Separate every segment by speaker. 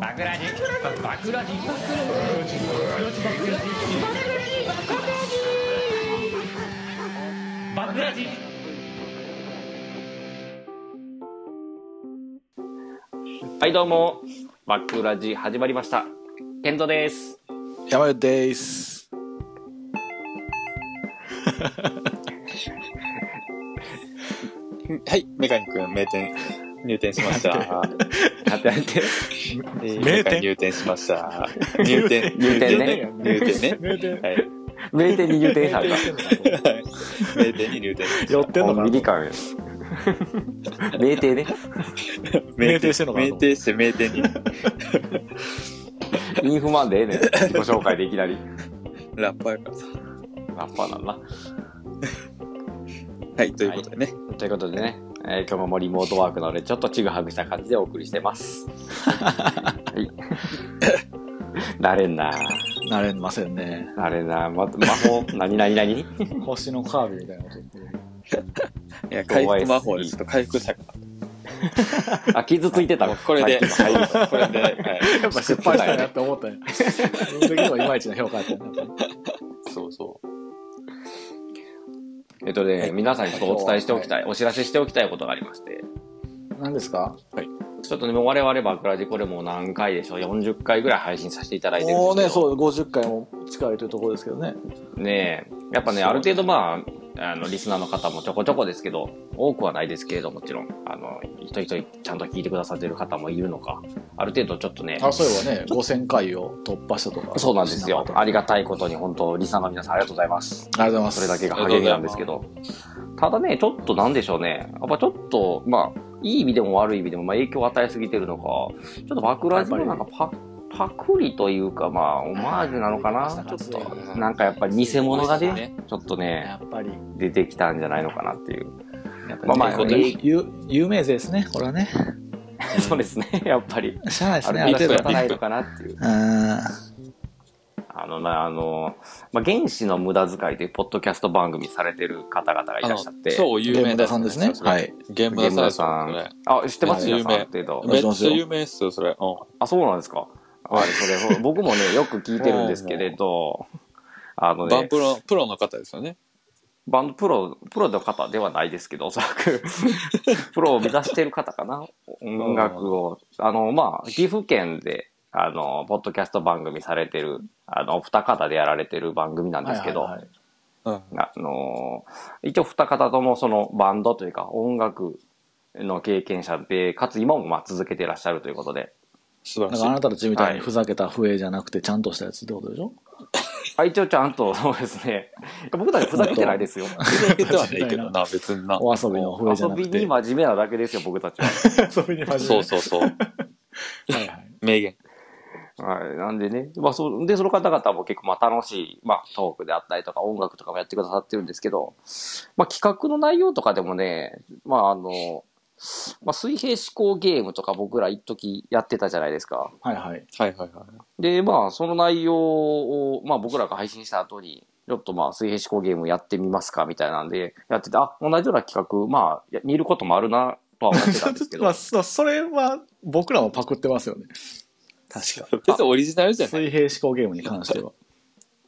Speaker 1: バクラジバクラジバクラジ
Speaker 2: はいどうもバックラジ始まりました健三です
Speaker 3: 山内です。
Speaker 4: はい、メカニ君、名店、入店しました。
Speaker 2: やってやって
Speaker 4: えー
Speaker 3: 名店
Speaker 4: メカニ入店しました。入店、
Speaker 2: 入店ね
Speaker 4: 入店ね。
Speaker 3: 名店。
Speaker 4: はい。
Speaker 2: 名店に入店され
Speaker 4: はい名店に入店。
Speaker 3: 寄って
Speaker 2: た
Speaker 3: んの
Speaker 2: コン
Speaker 3: か
Speaker 2: ビ
Speaker 3: な
Speaker 2: ニ感名店ね
Speaker 3: 名店してんのかな
Speaker 4: 名店して名店に。
Speaker 2: インフマンでええねん自己紹介でいきなり
Speaker 4: ラッパーやからさ。
Speaker 2: ラッパーなんだ
Speaker 4: はい、ということでね。
Speaker 2: なということでね、えー今日もリモートワークなのでちょっとちぐはぐした感じでお送りしてますはいなれんな
Speaker 3: なれませんね。
Speaker 2: なれんなま魔法何何何
Speaker 3: 星のカービィみたいなこと言ってる。
Speaker 4: い、や、回復魔法でちょっと回復したか
Speaker 2: あ傷ついてた
Speaker 4: ら。これで、
Speaker 2: さっきの
Speaker 4: はい、これで、はい。
Speaker 3: やっぱ失敗したなって思ったよ。その時のいまいちの評価やったよねやっぱ
Speaker 4: そうそう。
Speaker 2: えっとね、皆さんにちょっとお伝えしておきたい、お知らせしておきたいことがありまして、
Speaker 3: り。何ですか
Speaker 2: ちょっとね、もう我々バクラジこれもう何回でしょう、40回ぐらい配信させていただいてるんです
Speaker 3: もう
Speaker 2: けど。
Speaker 3: ね、そう、50回も近いというところですけどね。
Speaker 2: ねえやっぱね、ある程度まあ、あの、リスナーの方もちょこちょこですけど、多くはないですけれどもちろん、あの、一人一人ちゃんと聞いてくださってる方もいるのか、ある程度ちょっとね、
Speaker 3: あ、そういえばね、5000回を突破したとか。
Speaker 2: そうなんですよ
Speaker 3: あり。が
Speaker 2: ありがたいことに本当、リスナーの皆さんありがとうございます。
Speaker 3: とうございます。
Speaker 2: それだけが励みなんですけど。ただね、ちょっとなんでしょうね。やっぱちょっと、まあ、いい意味でも悪い意味でも、まあ、影響を与えすぎてるのか、ちょっとバクラジのなんかパパクリというか、まあ、オマージュなのかな。ちょっと、なんかやっぱ偽物がね、ちょっとね、
Speaker 3: やっぱり。
Speaker 2: 出てきたんじゃないのかなっていう。
Speaker 4: ま
Speaker 2: ま
Speaker 4: あ
Speaker 2: あ
Speaker 4: ま
Speaker 2: ま
Speaker 4: あ、
Speaker 2: あ
Speaker 4: と
Speaker 2: い
Speaker 4: い
Speaker 2: い
Speaker 4: う
Speaker 3: 有有名税ですね、これはね。
Speaker 2: そうですね、 やっぱり。
Speaker 3: しゃあないです
Speaker 2: あ
Speaker 3: ね、
Speaker 2: る
Speaker 3: ある
Speaker 2: 程
Speaker 3: 程度
Speaker 2: 度
Speaker 3: は
Speaker 2: は立たないのかなっていう。あのね、あの、まあ、原始の無駄遣いというポッドキャスト番組されてる方々がいらっしゃって。
Speaker 4: そう、有
Speaker 3: ゲー
Speaker 4: 名
Speaker 3: ム
Speaker 4: だ
Speaker 3: 田さんですね。はい。
Speaker 4: ゲーム
Speaker 2: ゲーム
Speaker 4: ダ
Speaker 2: ラ
Speaker 4: さ
Speaker 2: さ
Speaker 4: ん
Speaker 2: ん。あ、知ってます
Speaker 4: 有
Speaker 2: 皆
Speaker 4: 名
Speaker 2: さん、ある程度。
Speaker 4: めっちゃ有名っすよ、それ。う
Speaker 2: あ、そうなんですか。はい、それ、そう僕もね、よく聞いてるんですけれど、あの
Speaker 4: ん。バン
Speaker 2: ね、
Speaker 4: プロ、プロの方ですよね。
Speaker 2: バンドプロ、プロの方ではないですけど、おそら く、プロを目指してる方かな、音楽を。あの、まあ、岐阜県で、あの、ポッドキャスト番組されてる、あの、お二方でやられてる番組なんですけど、
Speaker 3: はいはいはい
Speaker 4: うん。
Speaker 2: あのー一応二方ともそのバンドというか音楽の経験者で、かつ今もまあ続けていらっしゃるということで、
Speaker 4: 素晴
Speaker 3: だ
Speaker 4: らし
Speaker 3: からあ
Speaker 4: い。
Speaker 3: なたたちみたい
Speaker 2: はい
Speaker 3: にふざけた笛じゃなくて、ちゃんとしたやつってことでしょ
Speaker 2: あ一応ちゃんとそうですね、僕たちふざけてないですよ。
Speaker 4: ふ ざけてはないけどな、別にな。
Speaker 3: お遊びの笛じゃ
Speaker 2: 遊
Speaker 3: な
Speaker 2: び
Speaker 3: く
Speaker 2: に
Speaker 3: て。
Speaker 2: 真面目なだけですよ、僕たちは。
Speaker 3: 遊びに真
Speaker 4: そうそうそう。
Speaker 3: はいはい。
Speaker 4: 名言。
Speaker 2: はい、なんでね、まあそう、で、その方々も結構まあ楽しい、まあトークであったりとか音楽とかもやってくださってるんですけど、まあ企画の内容とかでもね、まああの、まあ水平思考ゲームとか僕ら一時やってたじゃないですか。
Speaker 3: はいはい。
Speaker 4: はいはいはい。
Speaker 2: で、まあ、その内容を、まあ、僕らが配信した後に、ちょっとまあ、水平思考ゲームやってみますか、みたいなんで、やってて、あ、同じような企画、まあ、や見ることもあるな、とは思ってたんですけど
Speaker 3: ま あ、、そそれは僕らもパクってますよね。確か。
Speaker 4: 別にオリジナルじゃな
Speaker 3: 水
Speaker 4: い。
Speaker 3: 平思考ゲームに関しては。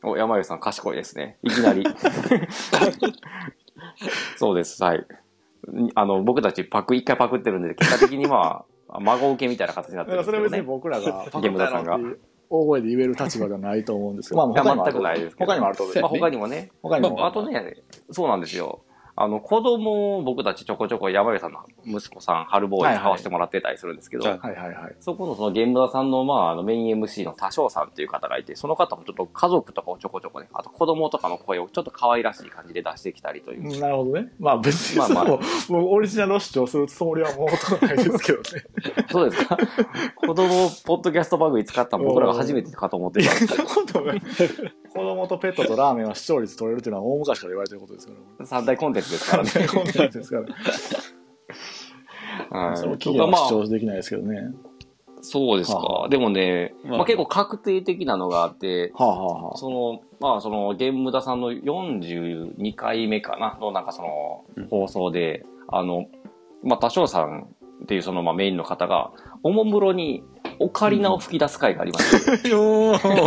Speaker 2: お、山口さん賢いですね。いきなり。 そうです、はい。にあの、僕たちパク、一回パクってるんで、結果的にまあ、孫受けみたいな形になっ
Speaker 3: だ
Speaker 2: て
Speaker 3: か
Speaker 2: るん
Speaker 3: ら
Speaker 2: で
Speaker 3: それは別に
Speaker 2: すけどね。
Speaker 3: 僕らがパク
Speaker 2: ゲ
Speaker 3: っ
Speaker 2: ーム
Speaker 3: た
Speaker 2: ダ
Speaker 3: な
Speaker 2: さ
Speaker 3: っ
Speaker 2: ん
Speaker 3: て
Speaker 2: が
Speaker 3: いう大声で言える立場じゃないと思うんですけど。まあ、
Speaker 2: いや、
Speaker 3: 他にもある
Speaker 2: 全くないですけど。
Speaker 3: 他にもあると思
Speaker 4: そう
Speaker 2: ま
Speaker 4: や
Speaker 2: あ、
Speaker 4: ね
Speaker 2: 他にもね、
Speaker 3: 他にも。
Speaker 2: あとね、そうなんですよ。あの、子供を僕たちちょこちょこ山上さんの息子さん、春ボーイに買わせてもらってたりするんですけど、
Speaker 4: はいはい
Speaker 3: はいはいはい。
Speaker 2: そこのそのゲームダさんの、まあ、あの、メイン MC の多少さんっていう方がいて、その方もちょっと家族とかをちょこちょこね、あと子供とかの声をちょっと可愛らしい感じで出してきたりという。
Speaker 3: なるほどね。まあ別に
Speaker 2: まあ
Speaker 3: そ
Speaker 2: まあ
Speaker 3: の、もうオリジナルを主張するつもりはもうほとんどないですけどね。
Speaker 2: そうです か子供をポッドキャスト番組使ったの僕らが初めてかと思ってたんですけど、
Speaker 3: 今度は子供とペットとラーメンは視聴率取れるというのは大昔から言われてることですから。
Speaker 2: 三大コンテンツですからね。
Speaker 3: 大問題ですから。
Speaker 2: はい
Speaker 3: その企
Speaker 2: とか
Speaker 3: 業
Speaker 2: まあ
Speaker 3: は主張できないですけどね。
Speaker 2: そうです
Speaker 3: は
Speaker 2: か。でもね、
Speaker 4: まあ
Speaker 2: まあ結構確定的なのがあって、
Speaker 3: はあはあはあ。
Speaker 2: その、まあ、その、ゲームダさんの42回目かなの、なんかその
Speaker 4: うん、
Speaker 2: 放送で、あの、まあ、多少さんっていうその、まあ、メインの方が、おもむろに、オカリナを吹き出す回がありました。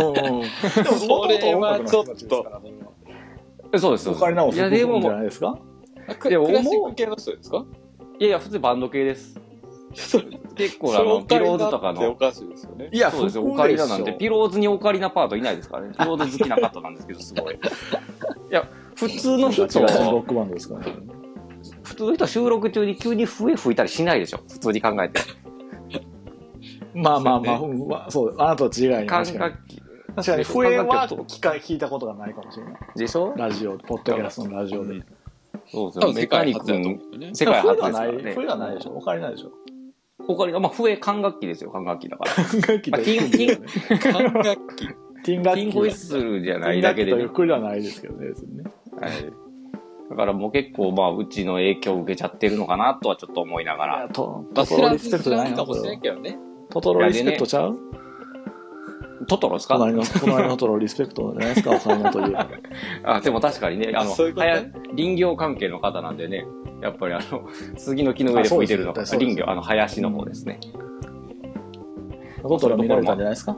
Speaker 4: それはちょっと。
Speaker 2: そうです、そ
Speaker 3: オ
Speaker 2: うです。
Speaker 3: カリナも
Speaker 2: い
Speaker 3: 吹
Speaker 2: や、
Speaker 3: くんじ
Speaker 2: で
Speaker 3: ゃ
Speaker 2: も、
Speaker 3: ないですか
Speaker 4: ク
Speaker 2: いや
Speaker 4: ラ
Speaker 2: 思う
Speaker 4: シック系の人ですか
Speaker 2: いやいや、普通にバンド系です。結構、あ
Speaker 4: それオ
Speaker 2: の、ピ
Speaker 4: カリ
Speaker 2: ロー
Speaker 4: ナ
Speaker 2: ズとか
Speaker 4: ってお
Speaker 2: の。
Speaker 4: かしいですよね。
Speaker 3: いや
Speaker 2: そうですよ、
Speaker 3: 吹く
Speaker 2: オカリナなんて、ピローズにオカリナパートいないですからね。ピローズ好きなカットなんですけど、すごい。いや、普通の人
Speaker 3: 違うロ
Speaker 2: と、
Speaker 3: ックバンドですからね。
Speaker 2: 普通の人は収録中に急に笛吹いたりしないでしょ。普通に考えて。
Speaker 3: まあまあまあ、うんまあそう、あなたと違いに
Speaker 2: 感
Speaker 3: 確かに。
Speaker 2: 覚
Speaker 3: 確かに、笛は
Speaker 2: 感覚
Speaker 3: 聞か聞いたことがないかもしれない。
Speaker 2: でしょ
Speaker 3: ラジオ、ポッドキャストのラジオで。
Speaker 2: そうで
Speaker 4: 多
Speaker 2: すよ。
Speaker 4: 分
Speaker 2: メ
Speaker 4: 世
Speaker 2: カ
Speaker 4: 界
Speaker 2: ニ
Speaker 4: 初だと思
Speaker 2: 君、
Speaker 4: うよね。
Speaker 2: 世界初で
Speaker 3: 笛は
Speaker 2: すか
Speaker 3: な
Speaker 2: ら
Speaker 3: い、
Speaker 2: ね。
Speaker 3: 笛はないでしょオカリナでしょ
Speaker 2: オカリナ、まあ、笛、管楽器ですよ、管楽器だ から。
Speaker 3: 楽器
Speaker 2: まあ、ティン、ティン、テ
Speaker 4: 管楽器。
Speaker 3: ティン楽器。
Speaker 2: ィンホイッスルじゃないい
Speaker 3: だ
Speaker 2: だ
Speaker 3: け
Speaker 2: け
Speaker 3: で。
Speaker 2: で
Speaker 3: と
Speaker 2: ね、
Speaker 3: いうくくりはないですけどね、別にね。
Speaker 2: はい。だからもう結構、まあ、うちの影響を受けちゃってるのかなとはちょっと思いながら。
Speaker 3: ト
Speaker 4: まあ、
Speaker 3: ト
Speaker 4: 知
Speaker 3: ロ
Speaker 4: らん、
Speaker 3: リスペクトじ
Speaker 4: 知
Speaker 3: ゃ
Speaker 4: ら
Speaker 3: ない
Speaker 4: ん
Speaker 3: の
Speaker 4: か
Speaker 3: こ
Speaker 4: もしれ
Speaker 3: れ
Speaker 4: んけどね。
Speaker 3: トトロリスペクトちゃう
Speaker 2: トトロですか
Speaker 3: 隣の、隣のトトロリスペクトじゃないですか、オカリナという。
Speaker 2: あ、でも確かにね、あの、
Speaker 4: そういうこと
Speaker 2: はや林業関係の方なんでね、やっぱりあの、 杉の木の上で吹いてるの
Speaker 3: あ
Speaker 2: が、
Speaker 3: そうです
Speaker 2: 林業、あの、林の方ですね。
Speaker 3: トトロ見られたんじゃないですか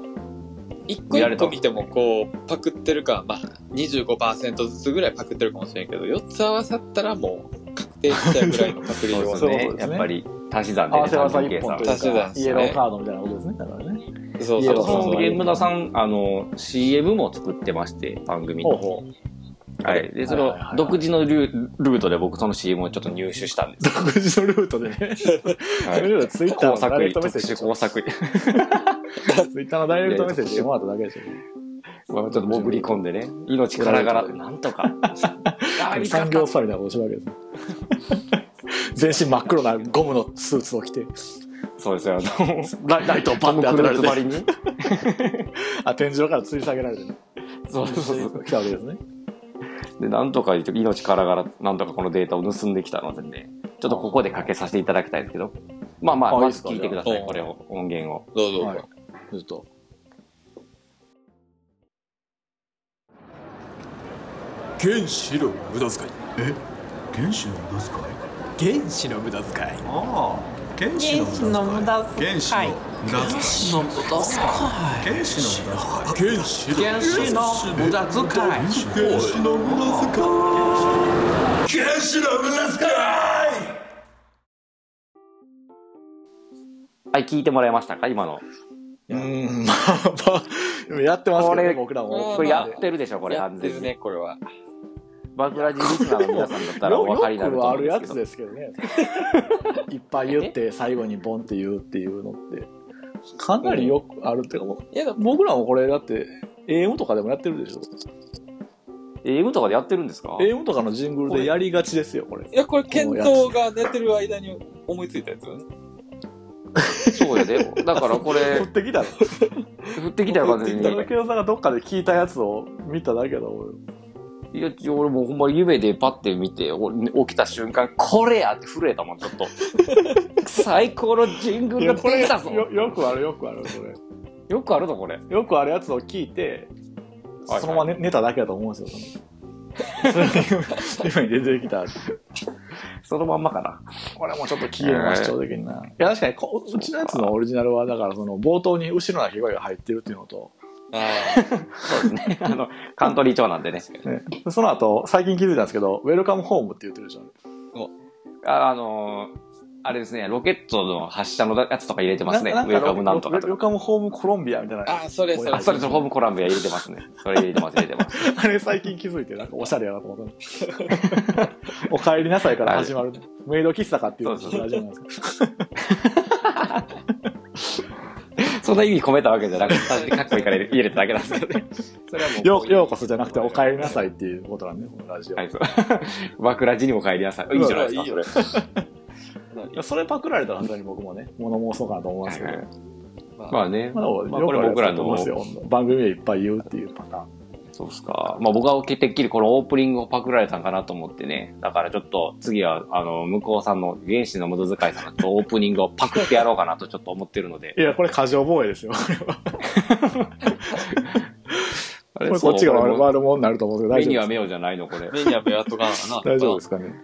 Speaker 4: 一個
Speaker 2: 見ら
Speaker 4: 一
Speaker 2: れた
Speaker 4: 個見てもこう、パクってるか、まあ、25%ずつぐらいパクってるかもしれんけど、4つ合わさったらもう、確定しちゃうぐらいの確率
Speaker 2: そうで
Speaker 4: は
Speaker 2: す
Speaker 3: そう
Speaker 2: ね
Speaker 3: いうこと。です
Speaker 2: やっ
Speaker 3: ね
Speaker 2: ぱり、足し算
Speaker 3: 合
Speaker 2: でね、
Speaker 3: わせ技
Speaker 2: 単純計
Speaker 3: 一本
Speaker 2: 算
Speaker 3: という
Speaker 4: 足
Speaker 3: か
Speaker 4: し算、です
Speaker 3: イ
Speaker 4: ね
Speaker 3: エローカードみたいなことですね、だからね。
Speaker 4: そう
Speaker 3: イエ
Speaker 4: そ
Speaker 3: ロ
Speaker 4: う
Speaker 3: ー
Speaker 2: そ
Speaker 4: そう
Speaker 2: のゲーム田さん、あの、CM も作ってまして、番組
Speaker 3: ほう
Speaker 2: の。
Speaker 3: ほう。
Speaker 2: はい。で、そ
Speaker 3: は
Speaker 2: の
Speaker 3: いはいはいはい、
Speaker 2: 独自のルールートで僕、その CM をちょっと入手したんです。
Speaker 3: 独自のルートでね。
Speaker 2: は
Speaker 3: それ
Speaker 2: い。
Speaker 3: よりツイッターのダ
Speaker 2: 工
Speaker 3: イ
Speaker 2: 作
Speaker 3: レ
Speaker 2: 員、
Speaker 3: クトメッセ
Speaker 2: 特
Speaker 3: ージ
Speaker 2: 殊。工作員。
Speaker 3: ツイッターのダイレクトメッセージしてもらっただけでしょ。
Speaker 2: まあちょっと潜り込んでね、命か らがら、なんとか。あー見つか
Speaker 3: 産
Speaker 2: っ
Speaker 3: 業スパみたいなことしてるわけです。全身真っ黒なゴムのスーツを着て、
Speaker 2: たそうですよ、あの、
Speaker 3: ライライトをバンって当てられ
Speaker 2: クルーズば
Speaker 3: て、
Speaker 2: りに。
Speaker 3: あ天井から吊り下げられてね、
Speaker 2: そうそうそう。
Speaker 3: 来たわけですね。
Speaker 2: で、なんとか言って、命からがら、なんとかこのデータを盗んできたのでね、ちょっとここでかけさせていただきたいんですけど、まあま
Speaker 3: あい
Speaker 2: あ、
Speaker 3: い
Speaker 2: ま
Speaker 3: っす
Speaker 2: ず
Speaker 3: か
Speaker 2: 聞いてくださ
Speaker 4: じゃ
Speaker 2: い、
Speaker 4: あ
Speaker 2: これを、音源を。
Speaker 4: どうぞ、
Speaker 3: はい。ずっと。
Speaker 5: 原子の無駄遣い
Speaker 6: 原子の無駄遣い
Speaker 5: 原子の無駄遣い
Speaker 6: ああ原子の無駄遣い原子の無駄遣い原子の無駄遣い
Speaker 5: 原子の
Speaker 6: 原子の無駄遣い原子の無駄遣い原子の無駄遣い
Speaker 2: はい、聞いてもらえましたか今の。
Speaker 3: うーん、まあまあでも、やってますけどね、
Speaker 2: これ
Speaker 3: 僕らも。
Speaker 2: これやってるでしょ、これ、
Speaker 4: や
Speaker 2: 完
Speaker 4: って
Speaker 2: 全
Speaker 4: る
Speaker 2: に。
Speaker 4: ね、これは。
Speaker 2: バクラジリスナーの皆さんだったら
Speaker 3: よ
Speaker 2: お分かりにな
Speaker 3: よ
Speaker 2: る
Speaker 3: くあ
Speaker 2: と思う
Speaker 3: るや
Speaker 2: んですけ
Speaker 3: つ
Speaker 2: ど。
Speaker 3: ですけどね。いっぱい言って、最後にボンって言うっていうのって、かなりよくあるっていうか、もう
Speaker 4: いや、だ
Speaker 3: 僕らもこれだって、AM とかでもやってるでしょ。
Speaker 2: AM とかでやってるんですか
Speaker 3: AM とかのジングルでやりがちですよ、これ。
Speaker 4: いや、これ、健三が寝てる間に思いついたやつよね。
Speaker 2: そうやで。だからこ
Speaker 3: 振
Speaker 2: れ
Speaker 3: っ、てきたの。
Speaker 2: 振ってきたよ、完全に。
Speaker 3: 武雄さんがどっかで聞いたやつを見ただけだもん。
Speaker 2: いや、俺もうほんま夢でパッて見て、お起きた瞬間、これやって震えたもん、ちょっと。最高のジングルが
Speaker 3: これ
Speaker 2: 出たぞ
Speaker 3: よよくあるよくあるこ
Speaker 2: よくあるぞ、これ。
Speaker 3: れ。よくあるやつを聞いて、
Speaker 2: はい
Speaker 3: そのまま寝寝ただけだと思うんですよ。それ夢に出てきた。
Speaker 2: そのまんまかな。
Speaker 3: これもちょっと機嫌が主張的にな。いや確かにこうちのやつのオリジナルはだからその冒頭に後ろの鳴き声が入ってるっていうのと、
Speaker 4: ああ。
Speaker 2: そうですね。 あの、カントリー長なんでね。
Speaker 3: ねその後最近気づいたんですけど、ウェルカムホームって言ってるじゃん。
Speaker 2: あ、あのーあれですね、ロケットの発射のやつとか入れてますね。ウ
Speaker 3: な
Speaker 2: ェルカムなんとか
Speaker 3: ウェ
Speaker 2: と
Speaker 3: ル
Speaker 2: か。
Speaker 3: カムホームコロンビアみたいな。
Speaker 4: あ、それそれ。
Speaker 2: あ、それそれホームコランビア入れてますね。それ入れてます、入れてます。
Speaker 3: あれ最近気づいて、なんかおしゃれやなと思った。 お帰りなさいから始まる。メイド喫茶かっていうのがラジオなんですけど
Speaker 2: そんな意味込めたわけじゃなくて、単純にかっこいいから入れ入れただけなんですけどね。それはもう
Speaker 3: よう、ようこそじゃなくてお帰りなさいっていうことなんで、このラジオ。
Speaker 2: はい、そう。 バクラジにも帰りなさい。いいじゃないですか、
Speaker 4: いい
Speaker 2: そ
Speaker 4: よ
Speaker 2: れ。
Speaker 3: いやそれパクられたらさすがに僕もね、物申そうかなと思いますけど。
Speaker 2: まあね。
Speaker 3: まあ、
Speaker 2: まあ
Speaker 3: よく
Speaker 2: これ
Speaker 3: あるやつ
Speaker 2: 僕ら
Speaker 3: だと思います
Speaker 2: の、
Speaker 3: よ。番組でいっぱい言うっていうパターン。
Speaker 2: そうっすか。まあ僕はてっきりこのオープニングをパクられたんかなと思ってね。だからちょっと次は、あの、向こうさんの原始の無駄遣いさんとオープニングをパクってやろうかなとちょっと思ってるので。
Speaker 3: いや、これ過剰防衛ですよ。
Speaker 2: あ
Speaker 3: これこっちが悪
Speaker 2: そう
Speaker 3: 悪者になると思うんで
Speaker 2: 目
Speaker 3: 大
Speaker 2: に
Speaker 3: 丈
Speaker 2: は
Speaker 3: 夫です
Speaker 2: 目をじゃないの、これ。
Speaker 4: 目には目やっとかなあかん
Speaker 3: か。
Speaker 4: な。
Speaker 3: 大丈夫ですかね。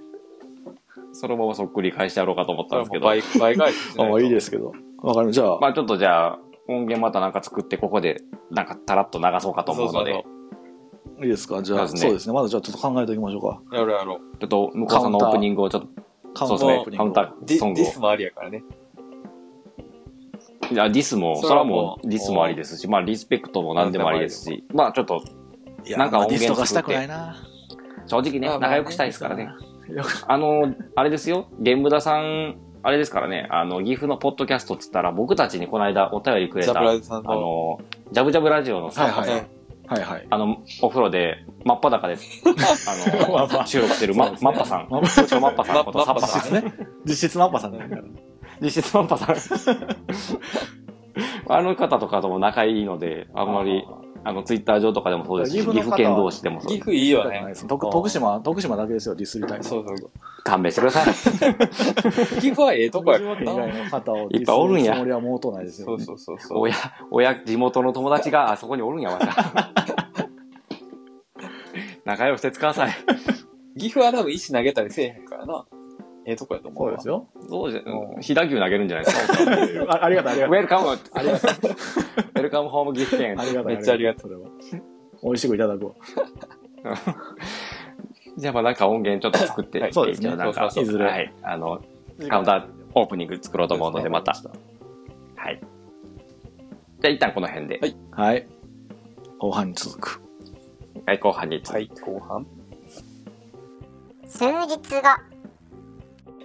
Speaker 2: そのままそっくり返してやろうかと思った
Speaker 4: そ
Speaker 2: ん
Speaker 4: れ
Speaker 2: で
Speaker 4: は
Speaker 2: す
Speaker 4: も
Speaker 2: け
Speaker 4: う
Speaker 2: ど。
Speaker 4: 倍、倍返しし
Speaker 3: あ
Speaker 4: ないと
Speaker 3: まあいいですけど。わかりました。じゃあ、
Speaker 2: まあちょっとじゃあ、音源またなんか作って、ここでなんかたらっと流そうかと思うので、
Speaker 4: そう
Speaker 3: いいですかじゃあ、
Speaker 2: そうですね
Speaker 3: そうですね。まだじゃあちょっと考えておきましょうか。
Speaker 4: やろうやろう。
Speaker 2: ちょっと向こうさんのオープニングをちょっ
Speaker 3: カ
Speaker 2: と、そう
Speaker 3: ウンターオープ、ニ
Speaker 2: ですねカウ
Speaker 3: ン
Speaker 2: ン
Speaker 3: グ
Speaker 2: タ
Speaker 3: を。
Speaker 2: ー
Speaker 4: ディ
Speaker 2: ソング
Speaker 4: デ
Speaker 2: を
Speaker 4: ィス。もありやからね。
Speaker 2: いや、ディスも、それ
Speaker 4: それ
Speaker 2: は
Speaker 4: は
Speaker 2: も
Speaker 4: もう
Speaker 2: う、ディスもありですし、まあ、リスペクトも何でもありですし、まあ、ちょっと、
Speaker 3: いや
Speaker 2: なんか
Speaker 3: まあ
Speaker 2: 音
Speaker 3: ディ
Speaker 2: 源
Speaker 3: スとかしたく
Speaker 2: 作って
Speaker 3: ないな。
Speaker 2: 正直ね
Speaker 4: ま、あまあ
Speaker 2: 仲良くしたいですからね。
Speaker 3: よく
Speaker 2: あの、あれですよ、ゲンムダさん、あれですからね、あの、岐阜のポッドキャストっつったら、僕たちにこの間お便りくれ
Speaker 4: ジャ
Speaker 2: た、
Speaker 4: ブラ
Speaker 2: あ
Speaker 4: ズさんの。
Speaker 2: の、ジャブジャブラジオの
Speaker 3: はい
Speaker 2: さ、
Speaker 3: はい。
Speaker 4: ね
Speaker 3: はいはい。
Speaker 2: あの、お風呂で、真っ裸です。
Speaker 3: まあ
Speaker 2: あ
Speaker 3: まあ
Speaker 2: の、収録してる、ま、マッパさん。
Speaker 3: マ
Speaker 2: 通称マッパさんこと、
Speaker 4: マ
Speaker 2: サ
Speaker 4: マ
Speaker 2: ッパ
Speaker 4: ッパ
Speaker 2: さん
Speaker 4: さん
Speaker 2: ですね。
Speaker 3: ね。実質マッパさんだから。
Speaker 2: 実質マンパさん。 あの方とかとも仲いいので、あんまり、あの、ツイッター上とかでもそうですし、
Speaker 3: 岐
Speaker 2: 岐
Speaker 3: 阜の方は
Speaker 2: 阜県同士でもそう
Speaker 4: 岐
Speaker 2: です。
Speaker 4: 阜いいよ
Speaker 3: ない
Speaker 4: ね
Speaker 3: で。す徳徳島、徳島だけですよ、ディスりたいの。
Speaker 4: そうそう。
Speaker 2: 勘弁してください。
Speaker 4: 岐阜はええとこやか
Speaker 3: 島
Speaker 4: ら
Speaker 3: 県以
Speaker 4: な。
Speaker 3: 外の方を
Speaker 2: いっぱいおるん
Speaker 3: ディス
Speaker 2: や
Speaker 3: つもりはもうとないです
Speaker 4: そ
Speaker 3: よ
Speaker 4: う。そうそうそう。
Speaker 2: 親、親、地元の友達があそこにおるんやわ。仲良くしてください。
Speaker 4: 岐阜は多分石投げたりせえへんからな。ええとこやと思う
Speaker 3: そう
Speaker 4: わ。
Speaker 3: ですよ。
Speaker 2: どうじゃ、飛騨牛投げるんじゃないですか。
Speaker 3: あありがとう、ありがと
Speaker 2: ウ
Speaker 3: う。
Speaker 2: ェルカム、ウェルカムホーム岐阜県
Speaker 3: あ。りがとう。
Speaker 4: めっちゃありが
Speaker 3: とう。それは。美味しくいただくわ。
Speaker 2: じゃあまあなんか音源ちょっと作って、
Speaker 4: はい
Speaker 3: そうですね
Speaker 2: 一応なんか、
Speaker 4: そう
Speaker 3: そうそう
Speaker 2: はい、あの、カウンターオープニング作ろうと思うので、また。はい。じゃあ一旦この辺で、は
Speaker 4: はいい、
Speaker 3: はい。後半に続く。
Speaker 2: 後半に、
Speaker 4: はい、後半。
Speaker 7: 数日後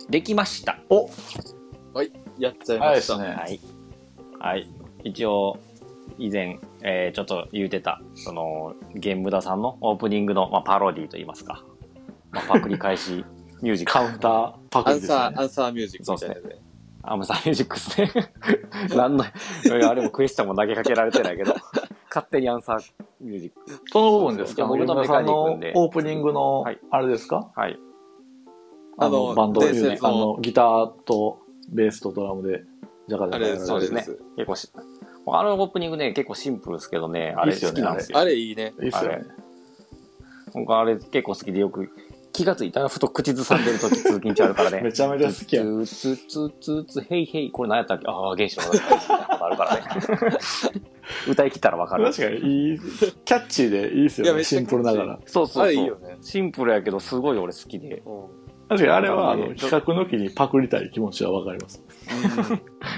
Speaker 2: できました。
Speaker 4: やっちゃいました。
Speaker 3: ね。
Speaker 2: はい。はい。一応、以前、えーちょっと言うてた、その、ゲンムダさんのオープニングの、まあ、パロディと言いますか、まあ、パクリ返しミュージック。
Speaker 3: カウンターパク
Speaker 4: ア
Speaker 3: リ
Speaker 4: ン
Speaker 3: です
Speaker 4: サ
Speaker 3: ね
Speaker 4: ー、。アンサーミュージックみたいなやつで。
Speaker 2: アムサミュージックスね。 何の、あれもクエスチョンも投げかけられてないけど、勝手にアンサーミュージック。
Speaker 3: その部分ですか
Speaker 2: そうそ
Speaker 3: 森
Speaker 2: う
Speaker 3: 村さんの
Speaker 2: 僕のメカニックで
Speaker 3: オープニングの
Speaker 2: はい、
Speaker 3: あれですか
Speaker 2: はい。
Speaker 3: あ
Speaker 4: あ
Speaker 3: の
Speaker 4: の
Speaker 3: バンドミュージ
Speaker 4: 伝
Speaker 3: ッ
Speaker 4: 説
Speaker 3: ク、あ
Speaker 4: の
Speaker 3: の、ギターとベースとドラムで、ジャカジャカ
Speaker 4: あれです、
Speaker 2: そ
Speaker 4: あ
Speaker 2: うで
Speaker 4: れ
Speaker 2: すね
Speaker 4: です。
Speaker 2: 結構し、あのオープニングね、結構シンプルですけどね、あれ
Speaker 3: いいっすよ
Speaker 2: 好
Speaker 3: ね
Speaker 2: きなんですよ。
Speaker 4: あれいいね。
Speaker 3: いいっすよね。
Speaker 2: 僕あれ結構好きでよく、気がついたらふと口ずさんでる時通勤中あるからね。
Speaker 3: めちゃめちゃ好きや
Speaker 2: ツ
Speaker 3: ん。
Speaker 2: ーツーツーツーツー、ヘイヘイ、これ何やったっけああ、原始のことあるからね。歌い切ったらわかる。
Speaker 3: 確かに、いい、キャッチーでいいっす
Speaker 4: い
Speaker 3: よ
Speaker 4: やめ
Speaker 3: ね。
Speaker 4: っちゃ
Speaker 3: シンプルながら。
Speaker 2: そうそ
Speaker 4: あ
Speaker 2: う
Speaker 4: れいい
Speaker 2: そ
Speaker 4: よ
Speaker 2: う。
Speaker 4: ね。
Speaker 2: シンプルやけど、すごい俺好きで。
Speaker 4: うん
Speaker 3: 確かにあれは、あ
Speaker 2: う
Speaker 3: の、
Speaker 2: ん
Speaker 3: 企画の時にパクりたい気持ちはわかります。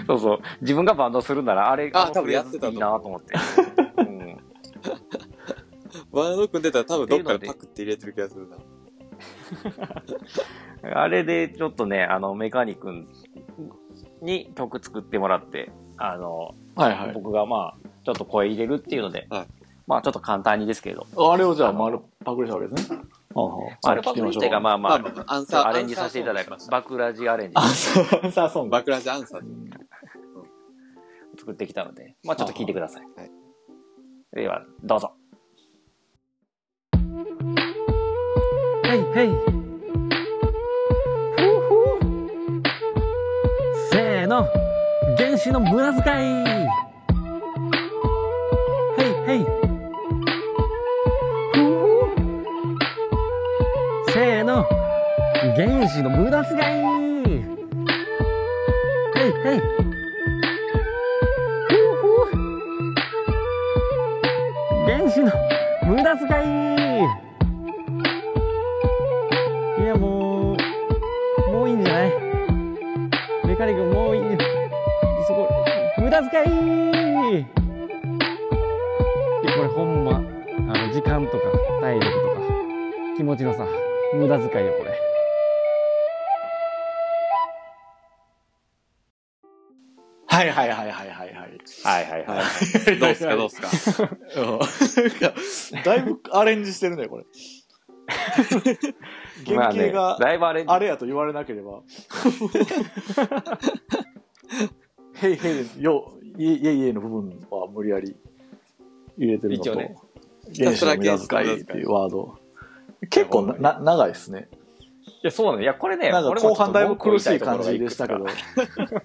Speaker 2: そうそう。自分がバンドするなら、あれ、
Speaker 4: あ
Speaker 2: の
Speaker 4: 多分やってたと
Speaker 2: いい
Speaker 4: 思う
Speaker 2: なと思って。うん
Speaker 4: ワンド組んでたら多分どっかでパクって入れてる気がするな。
Speaker 2: あれで、ちょっとね、あの、メカニ君に曲作ってもらって、あの、
Speaker 3: はいはい。
Speaker 2: 僕がまあ、ちょっと声入れるっていうので、
Speaker 4: はい
Speaker 2: まあちょっと簡単にですけれど、
Speaker 3: あれをじゃあ、丸パクリしたわけですね。ああ、
Speaker 2: まあ、パクリっていうかまあまあ、
Speaker 4: まあ、アン
Speaker 2: ちょっと
Speaker 4: サー、
Speaker 2: アレンジさせていただい
Speaker 4: ア
Speaker 2: て
Speaker 4: ンサーソングしまし、た。
Speaker 2: バクラジアレンジ
Speaker 3: あ、そう、さあ、そう。
Speaker 4: バクラジアンサー。
Speaker 2: 作ってきたので、まあちょっと聞いてください。
Speaker 4: はい
Speaker 2: では、どうぞ。
Speaker 8: ヘイヘイふうふうせーの原始の無駄遣いヘイヘイふうふうせーの原始の無駄遣いヘイヘイふうふう原始の無駄遣いいやもうもういいんじゃないメカニックもういいそこ無駄遣いいやこれほんまあの時間とか体力とか気持ちのさ無駄遣いよこれ
Speaker 3: はいはいはいはいはいはい。
Speaker 2: はいはいはい。
Speaker 4: どうす か、どうすか。
Speaker 3: うん だいぶアレンジしてるね、これ。 原型
Speaker 2: まあ
Speaker 3: が
Speaker 2: ね、だいぶアレンジ
Speaker 3: あれやと言われなければ。 へいへい、よ、いえいえいえの部分は無理やり入れてるの
Speaker 4: 一
Speaker 3: と、
Speaker 4: 応ね
Speaker 3: 原子の無駄遣いっていうワード。結構なな長いですね。
Speaker 2: いや、そうなの。いや、これね、
Speaker 3: なん
Speaker 2: 俺
Speaker 3: か
Speaker 2: も
Speaker 3: 後
Speaker 2: ちょっ
Speaker 3: 半
Speaker 2: と
Speaker 3: だいぶ苦しい
Speaker 2: 文
Speaker 3: 感
Speaker 2: 句言
Speaker 3: じ
Speaker 2: い
Speaker 3: で
Speaker 2: たい
Speaker 3: した
Speaker 2: と
Speaker 3: け
Speaker 2: ころ
Speaker 3: ど
Speaker 2: がいく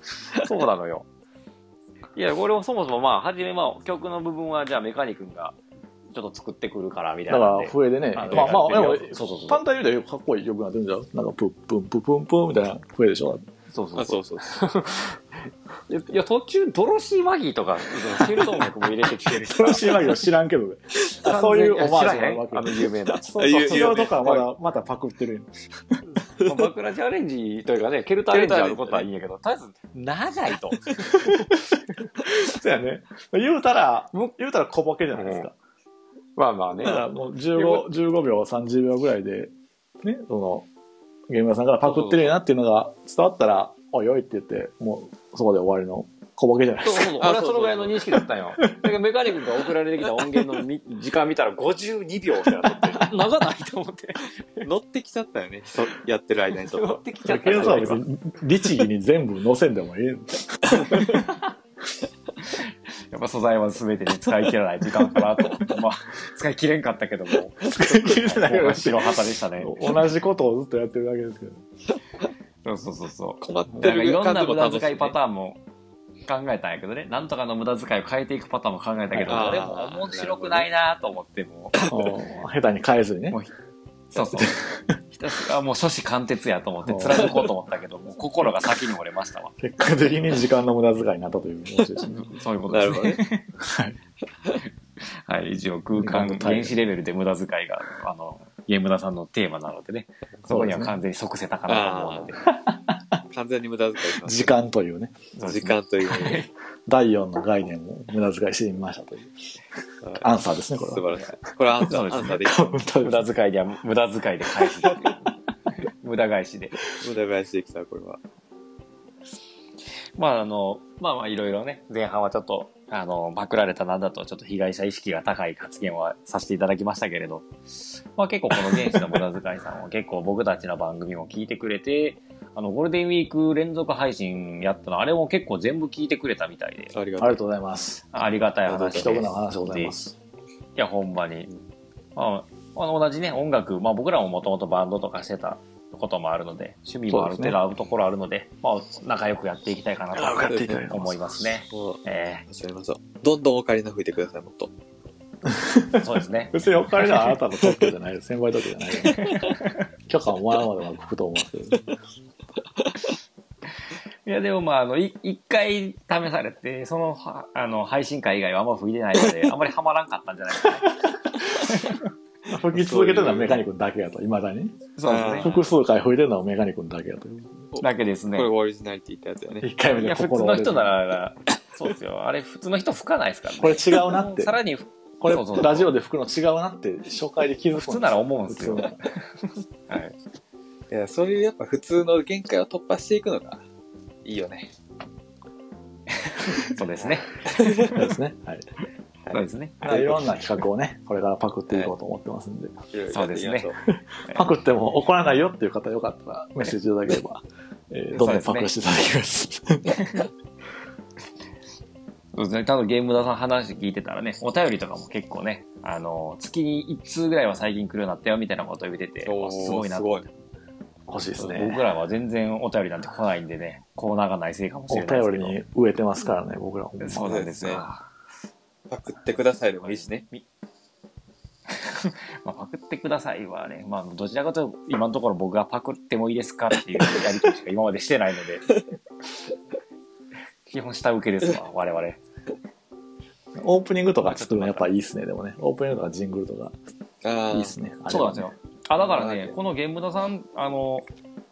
Speaker 2: つか。そうなのよ。いや、これもそもそもまあ、初めまあ、曲の部分はじゃあメカニ君がちょっと作ってくるから、みた
Speaker 3: だか
Speaker 2: いなん
Speaker 3: ら
Speaker 2: で。
Speaker 3: 笛でね、
Speaker 2: あの
Speaker 3: まあまあ、で
Speaker 2: や
Speaker 3: も
Speaker 2: ってるよそうそうそう
Speaker 3: パンタ言うたらかっこいい曲なんてるんじゃんなんかプップンプップンプンみたいな笛でしょ
Speaker 2: そうそ
Speaker 4: あ、
Speaker 2: うそ。
Speaker 4: そううそう。
Speaker 9: やいや、途中、ドロシーマギーとか、シェルトン脈も入れてきてる し
Speaker 3: その島は知らんけどね。あそういうオマージュなわ
Speaker 9: あ
Speaker 3: け
Speaker 9: の。有名な。
Speaker 3: そうそう、それとかはまだ、まだパクってるよ。
Speaker 9: まあバクラジアレンジというかね、ケルトアレンジあることはいいんやけど、とりあえず、長いと。
Speaker 3: そうやね。言うたら、言うたら小ボケじゃないですか。
Speaker 9: まあまあね。
Speaker 3: だからもう15、15秒、30秒ぐらいで、ね、その、ゲーム屋さんからパクってるよなっていうのが伝わったら、おいおいって言って、もうそこで終わりの小ボケじゃない
Speaker 9: そうそうそう。俺はそのぐらいの認識だったんよ。だけどメカニ君が送られてきた音源のみ時間見たら52秒ってなって、長ないと思って。
Speaker 4: 乗ってきちゃったよね、人やってる間にちょっ
Speaker 9: 乗っ
Speaker 4: と。
Speaker 9: てきちゃ
Speaker 3: で
Speaker 9: っ
Speaker 3: すか。
Speaker 9: た
Speaker 3: ケ
Speaker 9: じ
Speaker 3: ン
Speaker 9: ゃ
Speaker 3: さ
Speaker 9: な
Speaker 3: んはい別
Speaker 9: か。
Speaker 3: に、律儀に全部乗せんでもええんだ
Speaker 2: やっぱ素材は全てに使い切らない時間かなと 思って。まあ、使い切れんかったけども。ここが白旗でしたね。
Speaker 3: 同じことをずっとやってるだけですけど。
Speaker 2: そうそうそうそう。
Speaker 4: 困って
Speaker 2: なんかい
Speaker 4: る
Speaker 2: ろん
Speaker 4: 感
Speaker 2: な
Speaker 4: じも
Speaker 2: 無駄
Speaker 4: 楽しい、
Speaker 2: 遣
Speaker 4: ね
Speaker 2: い。パターンも考えたんやけどね。なんとかの無駄遣いを変えていくパターンも考えたけど、
Speaker 4: はい
Speaker 2: どれも面白くないなと思って、も う。
Speaker 3: あー下手に変えずにね。
Speaker 2: そうそう。ひたすらもう初子貫徹やと思って貫こうと思ったけど、もう心が先に折れましたわ。
Speaker 3: 結果的に時間の無駄遣いになったという 話ですね。
Speaker 2: そういうこと
Speaker 4: な
Speaker 2: で
Speaker 4: る
Speaker 2: す
Speaker 4: ほ
Speaker 2: ね
Speaker 4: ど。ね。
Speaker 2: はい、 一応空間、原子レベルで無駄遣いが、あの、ゲームダさんのテーマなのでね、そこには完全に即せたかなと思うので。
Speaker 4: 完全に無駄遣いしまし
Speaker 3: 時間というね、
Speaker 2: そ
Speaker 4: た。
Speaker 2: うです
Speaker 4: 時
Speaker 2: ね
Speaker 4: 間というものを
Speaker 3: 第4の概念を無駄遣いしてみましたというアンサーですね、これ
Speaker 4: 素
Speaker 3: は。
Speaker 4: 晴らしい。これアンサ
Speaker 2: そうですね
Speaker 4: ー、アンサーでいい。
Speaker 2: 無駄遣いでは無駄遣いで返すっていう。無駄返しで。
Speaker 4: 無駄返しできた、これは。
Speaker 2: まああの、まあまあいろいろね、前半はちょっと、あの、パクられたなんだと、ちょっと被害者意識が高い発言はさせていただきましたけれど、まあ結構この原始の無駄遣いさんは結構僕たちの番組も聞いてくれて、あの、ゴールデンウィーク連続配信やったの、あれも結構全部聞いてくれたみたいで、
Speaker 4: ありが
Speaker 3: あ
Speaker 4: と
Speaker 3: り
Speaker 4: う。
Speaker 3: がとうございます。
Speaker 2: ありがたい話です。
Speaker 3: 貴重なお話でございます。
Speaker 2: いや、ほんまに。まあ、あの同じね、音楽、まあ僕らももともとバンドとかしてたこともあるので、趣味もある
Speaker 3: そうですね
Speaker 2: 程度合うところあるので、まあ仲良くやっていきたいかな
Speaker 4: あ
Speaker 2: と
Speaker 4: りがとう
Speaker 2: 思いますね。
Speaker 4: もう、
Speaker 2: え
Speaker 4: 始めましょう。どんどんオカリナ吹いてください、もっと。
Speaker 2: ー、そうですね。
Speaker 3: 別にお金はあなたの特許じゃないよ。先輩特許じゃないよ。 許可をもらうまでは聞くと思うんですけど。
Speaker 2: いや、でもまあ、あの、い一回試されて、その、はあの、配信会以外はあんま吹いてないので、 あんまりハマらんかったんじゃないかな。
Speaker 3: 吹き続けてるのはメカニ君だけやと、いまだに。
Speaker 2: そう
Speaker 4: ですね
Speaker 3: 複数回吹いてるのはメカニ君だけやと。
Speaker 2: だけですね
Speaker 4: これ。オリジナリティってやつよね。
Speaker 3: 一回目
Speaker 2: い
Speaker 3: で
Speaker 2: や、普
Speaker 3: 心
Speaker 2: 通
Speaker 3: 折
Speaker 2: の
Speaker 3: れる
Speaker 2: 人なら、そうですよ。あれ、普通の人吹かないですからね。
Speaker 3: これ違うなって
Speaker 2: さ。らに、
Speaker 3: これ
Speaker 2: そうそうそう
Speaker 3: ラジオで吹くの違うなって、初回で気づくんです
Speaker 2: 普通なら思うんですよ
Speaker 3: 普通なら
Speaker 2: はい。
Speaker 4: いや、そういうやっぱ普通の限界を突破していくのが、いいよね。
Speaker 2: そうですね。
Speaker 3: そうですね。はい。
Speaker 2: そうですね。
Speaker 3: いろんな企画をね、これからパクっていこうと思ってますんで。
Speaker 4: いろいろ
Speaker 2: そうですね
Speaker 4: やっていきましょ
Speaker 3: パクっても怒らないよっていう方よかったらメッセージいただければ、えーどんどんパクしていただきます。
Speaker 2: そうですね。多分ゲームださん話聞いてたらね、お便りとかも結構ね、あの、月に1通ぐらいは最近来るようになったよみたいなことを言ってて、
Speaker 4: おー
Speaker 2: あすごいな
Speaker 4: す
Speaker 2: と
Speaker 4: ごい
Speaker 3: 欲しいです
Speaker 2: 僕
Speaker 3: ね。
Speaker 2: らは全然お便りなんて来ないんでね、コーナーがないせいかもし
Speaker 3: お
Speaker 2: れないですけ
Speaker 3: 便
Speaker 2: ど。
Speaker 3: りに植えてますからね、僕らほんま
Speaker 2: そうなんですよ。
Speaker 4: そううパクってくださいでもいいしね。
Speaker 2: まあ、パクってくださいはね、まあ、どちらかというと、今のところ僕がパクってもいいですかっていうやりとりしか今までしてないので、 基本下請けです わ、我々。
Speaker 3: オープニングとか作るのやっぱいいですね、でもね。オープニングとかジングルとか
Speaker 4: あ
Speaker 3: い
Speaker 4: あ
Speaker 3: いですね。あれ
Speaker 2: そうなんですよ。あ、だから
Speaker 4: はい
Speaker 2: ね、このゲームださん、あの、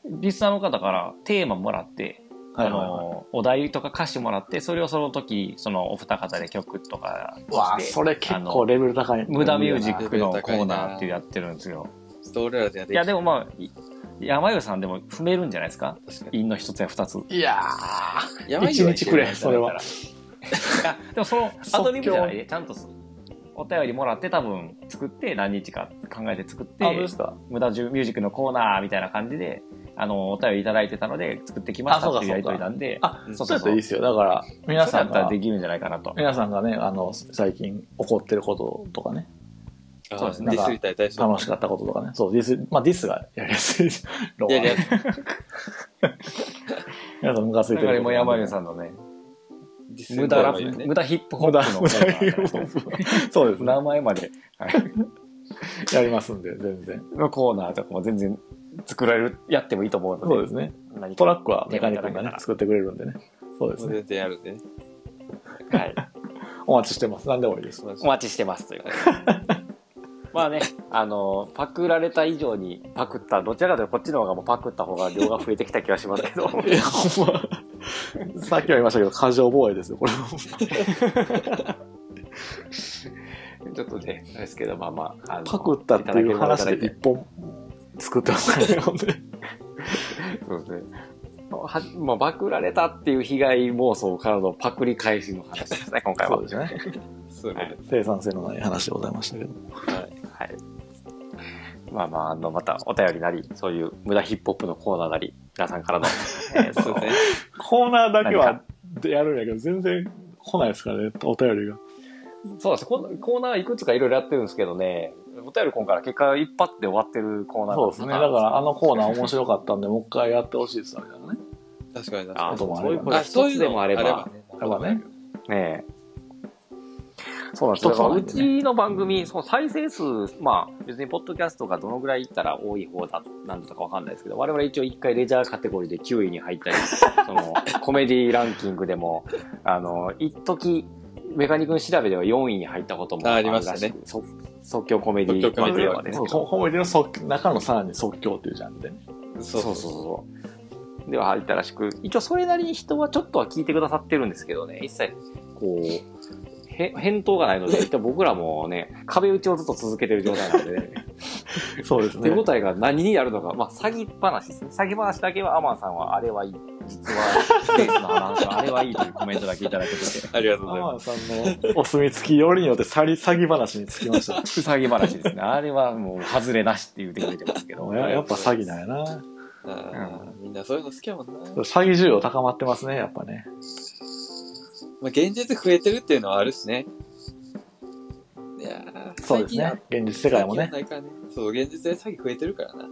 Speaker 2: リスナーの方からテーマもらって、
Speaker 3: は
Speaker 2: あ
Speaker 3: いはいは
Speaker 2: の、お題とか歌詞もらって、それをその時、そのお二方で曲とか
Speaker 3: い。わあ、
Speaker 2: して
Speaker 3: それ結構レベル高い。
Speaker 2: 無駄ミュージ
Speaker 3: いい
Speaker 2: ッ
Speaker 3: よ
Speaker 2: クのコーナーってやってるんですよ。
Speaker 4: ちょっと俺らでやって
Speaker 2: い
Speaker 4: いき
Speaker 2: や、でもまあ、い山湯さんでも踏めるんじゃないですか
Speaker 4: 確かに
Speaker 2: 韻の一つや二つ。
Speaker 3: な。いや
Speaker 4: や
Speaker 3: ー、
Speaker 4: ばい
Speaker 3: 一
Speaker 4: よ
Speaker 3: 日くれ、それは。
Speaker 2: いや、でもそ の
Speaker 3: 即興
Speaker 2: アドリブじゃないで、ちゃんとお便りもらって多分作って何日か考えて作って、
Speaker 3: あ、どうですか
Speaker 2: 無駄じゅミュージックのコーナーみたいな感じで、あの、お便りいただいてたので、作ってきました
Speaker 3: あそうか
Speaker 2: っていうやりとりなんで、
Speaker 3: あ、
Speaker 4: うん
Speaker 3: そう
Speaker 2: そ
Speaker 3: や
Speaker 2: う
Speaker 3: っ
Speaker 2: そ
Speaker 3: た
Speaker 2: う
Speaker 3: らいいですよ。だから、皆
Speaker 2: 皆さ
Speaker 3: さん
Speaker 2: んだったら
Speaker 3: が
Speaker 2: で、きるんじゃないかなと。
Speaker 3: 皆さんがね、あの、最近起こってることとかね、
Speaker 4: あ
Speaker 2: そう
Speaker 4: ー
Speaker 2: です
Speaker 3: ね
Speaker 4: ディスりたい大将。
Speaker 3: 楽しかったこととかね。そう、ディス、まあディスがやりやすい。ロ
Speaker 4: い
Speaker 3: マ
Speaker 4: や
Speaker 3: ン
Speaker 4: いや、
Speaker 3: 皆さんムカつい
Speaker 2: だ
Speaker 3: て
Speaker 2: か
Speaker 3: る。
Speaker 2: らもう山根
Speaker 3: ん。
Speaker 2: さんのね、
Speaker 4: ディス
Speaker 2: 無
Speaker 4: りた
Speaker 2: 駄
Speaker 4: い
Speaker 2: ラ
Speaker 4: 方がい
Speaker 2: ッ
Speaker 4: いよ
Speaker 2: プ、
Speaker 4: ね。
Speaker 2: 無駄ヒップホ
Speaker 3: 無
Speaker 2: ッ
Speaker 3: 駄
Speaker 2: プのコー
Speaker 3: そうです
Speaker 2: ナ
Speaker 3: ね。
Speaker 2: ー。名前まで、はい
Speaker 3: やりますんで、全然。
Speaker 2: のコーナーとかも全然作られる、やってもいいと思うので。
Speaker 3: そうですね。
Speaker 2: 何か
Speaker 3: トラックはメカニックがね、作ってくれるんでね。そうです
Speaker 4: もう
Speaker 3: ね。
Speaker 4: 全然やるんでね。
Speaker 2: はい。
Speaker 3: お待ちしてます。何でもいいです。
Speaker 2: お待ちしてますということで。 まあね、あの、パクられた以上にパクった、どちらかというとこっちの方がもうパクった方が量が増えてきた気がしますけど。
Speaker 3: いや、ほんま、さっきも言いましたけど、過剰防衛ですよ、これ。
Speaker 10: ちょっとね、あれですけど、まあまあ、あの
Speaker 3: パクったっていう話で一本作ってますね、ほんで。
Speaker 2: そうですね。はまあ、パクられたっていう被害妄想からのパクリ返しの話ですね、今回は。
Speaker 3: ですね。
Speaker 4: そういうこ
Speaker 3: 生産性のない話でございましたけど。
Speaker 2: はい。まあまあ、あの、またお便りなり、そういう無駄ヒップホップのコーナーなり、皆さんからの、 えーそ
Speaker 4: とそう
Speaker 2: の
Speaker 4: ですね。
Speaker 3: コーナーだけはやるんやけど、全然来ないですからね、お便りが。
Speaker 2: そうですコーナーコーナーいくつかいろいろやってるんですけどね、お便り今回は結果一発で終わってるコーナー
Speaker 3: そうですね。だから、あのコーナー面白かったんで、もう一回やってほしいですわけだね。
Speaker 4: 確かに確
Speaker 10: あ
Speaker 4: か
Speaker 10: そう
Speaker 3: も
Speaker 10: そういうこ
Speaker 4: に。
Speaker 10: と
Speaker 4: あ、そう
Speaker 10: 一
Speaker 4: い
Speaker 10: つ
Speaker 4: う
Speaker 10: で
Speaker 4: の
Speaker 10: も
Speaker 4: も
Speaker 10: あ
Speaker 4: あ
Speaker 10: れ
Speaker 4: れ
Speaker 10: ば
Speaker 3: だ
Speaker 4: ば。。
Speaker 3: からね。
Speaker 2: ねえ。そうなんです
Speaker 10: だ
Speaker 2: だ
Speaker 10: か
Speaker 2: からら
Speaker 10: う
Speaker 2: うち
Speaker 10: ちの番組、その再生数、まあ別にポッドキャストがどのぐらいいったら多い方だなんだとかわかんないですけど、我々一応一回レジャーカテゴリーで9位に入 ったり、そのコメディランキングでも、あの、一時メカニ君調べでは4位に入ったことも
Speaker 4: あ
Speaker 2: あ
Speaker 4: あ
Speaker 2: る
Speaker 4: り
Speaker 2: ら
Speaker 4: ま
Speaker 2: し
Speaker 4: し
Speaker 2: く
Speaker 4: たね
Speaker 2: そ即興コメディ
Speaker 4: 即興コメデ
Speaker 2: で
Speaker 4: ィ
Speaker 2: はです
Speaker 3: そ
Speaker 2: け
Speaker 3: う
Speaker 2: ど
Speaker 3: ココメディの即中のさらに即興っていうジャンルでね。
Speaker 4: そ
Speaker 2: そ
Speaker 4: うそうう
Speaker 2: そう
Speaker 4: そう。
Speaker 2: そう。では入ったらしく、一応それなりに人はちょっとは聞いてくださってるんですけどね、一切、こう、へ返答がないの で、一応僕らもね、壁打ちをずっと続けてる状態なんで ね、
Speaker 3: そうです
Speaker 2: 手
Speaker 3: ね。
Speaker 2: 応えが何になるのか、まあ、詐欺話ですね。詐欺話だけはアマンさんは、あれはいい。実は、スペースの話はあ れはいいというコメントだけいただけてて、
Speaker 4: ありがとうございま
Speaker 3: 浜田さんのお墨付きよりによって詐欺詐欺話につきました。
Speaker 2: 詐欺話ですね。あれはもう、外れなしって言ってくれてますけど。
Speaker 3: ややっぱ詐欺なんやな。
Speaker 4: す。あーみんなそういうの好きやもんな。ま
Speaker 3: 詐欺需要高まってますね、やっぱね。
Speaker 4: あ、現実増えてるっていうのはあるしね。いやー
Speaker 3: そうですね。。現実世
Speaker 4: 最近は
Speaker 3: 界もね。
Speaker 4: 最近はないからね。そう、現実で詐欺増えてるからな。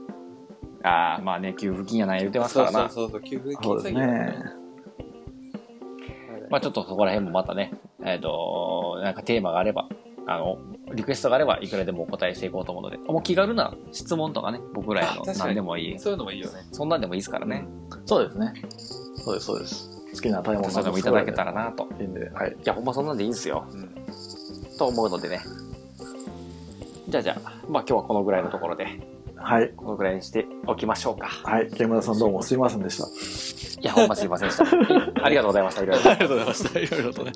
Speaker 2: ああ、まあね、給付金やない言ってます
Speaker 4: そ
Speaker 2: か
Speaker 4: う
Speaker 2: らな。
Speaker 4: そうそうそう、給付金
Speaker 3: そうで
Speaker 4: 詐
Speaker 3: す
Speaker 4: 欺やから
Speaker 3: ね
Speaker 4: な。。
Speaker 2: まあちょっとそこら辺もまたね、えっ、と、なんかテーマがあれば、あの、リクエストがあればいくらでもお答えしていこうと思うので、もう気軽な質問とかね、僕らへ
Speaker 4: あ
Speaker 2: の
Speaker 4: 確かに
Speaker 2: 何でもいい。
Speaker 4: そういうのもいいよね。
Speaker 2: そんなんでもいいですからね。
Speaker 3: そうですね。そうです、そうです。好きな食べ物
Speaker 2: そういうのもいただけたらなと。
Speaker 3: いいんで。はい。
Speaker 2: いや、ほんまそんなんでいいんですよ。
Speaker 4: うん。
Speaker 2: と思うのでね。じゃあじゃあ、まあ今日はこのぐらいのところで、
Speaker 3: はい。
Speaker 2: このぐらいにしておきましょうか。
Speaker 3: はい。木村さんどうもすいませんでした。
Speaker 2: いや、ほんますいませんでした。 ありがとうございました。いろいろ。
Speaker 3: ありがとうございました。いろいろと ね。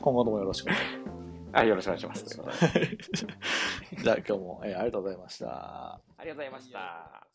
Speaker 3: 今後ともよろしく。
Speaker 2: はい、よろしくお願いし ます。
Speaker 3: じゃあ今日も、えーありがとうございました。
Speaker 2: ありがとうございました。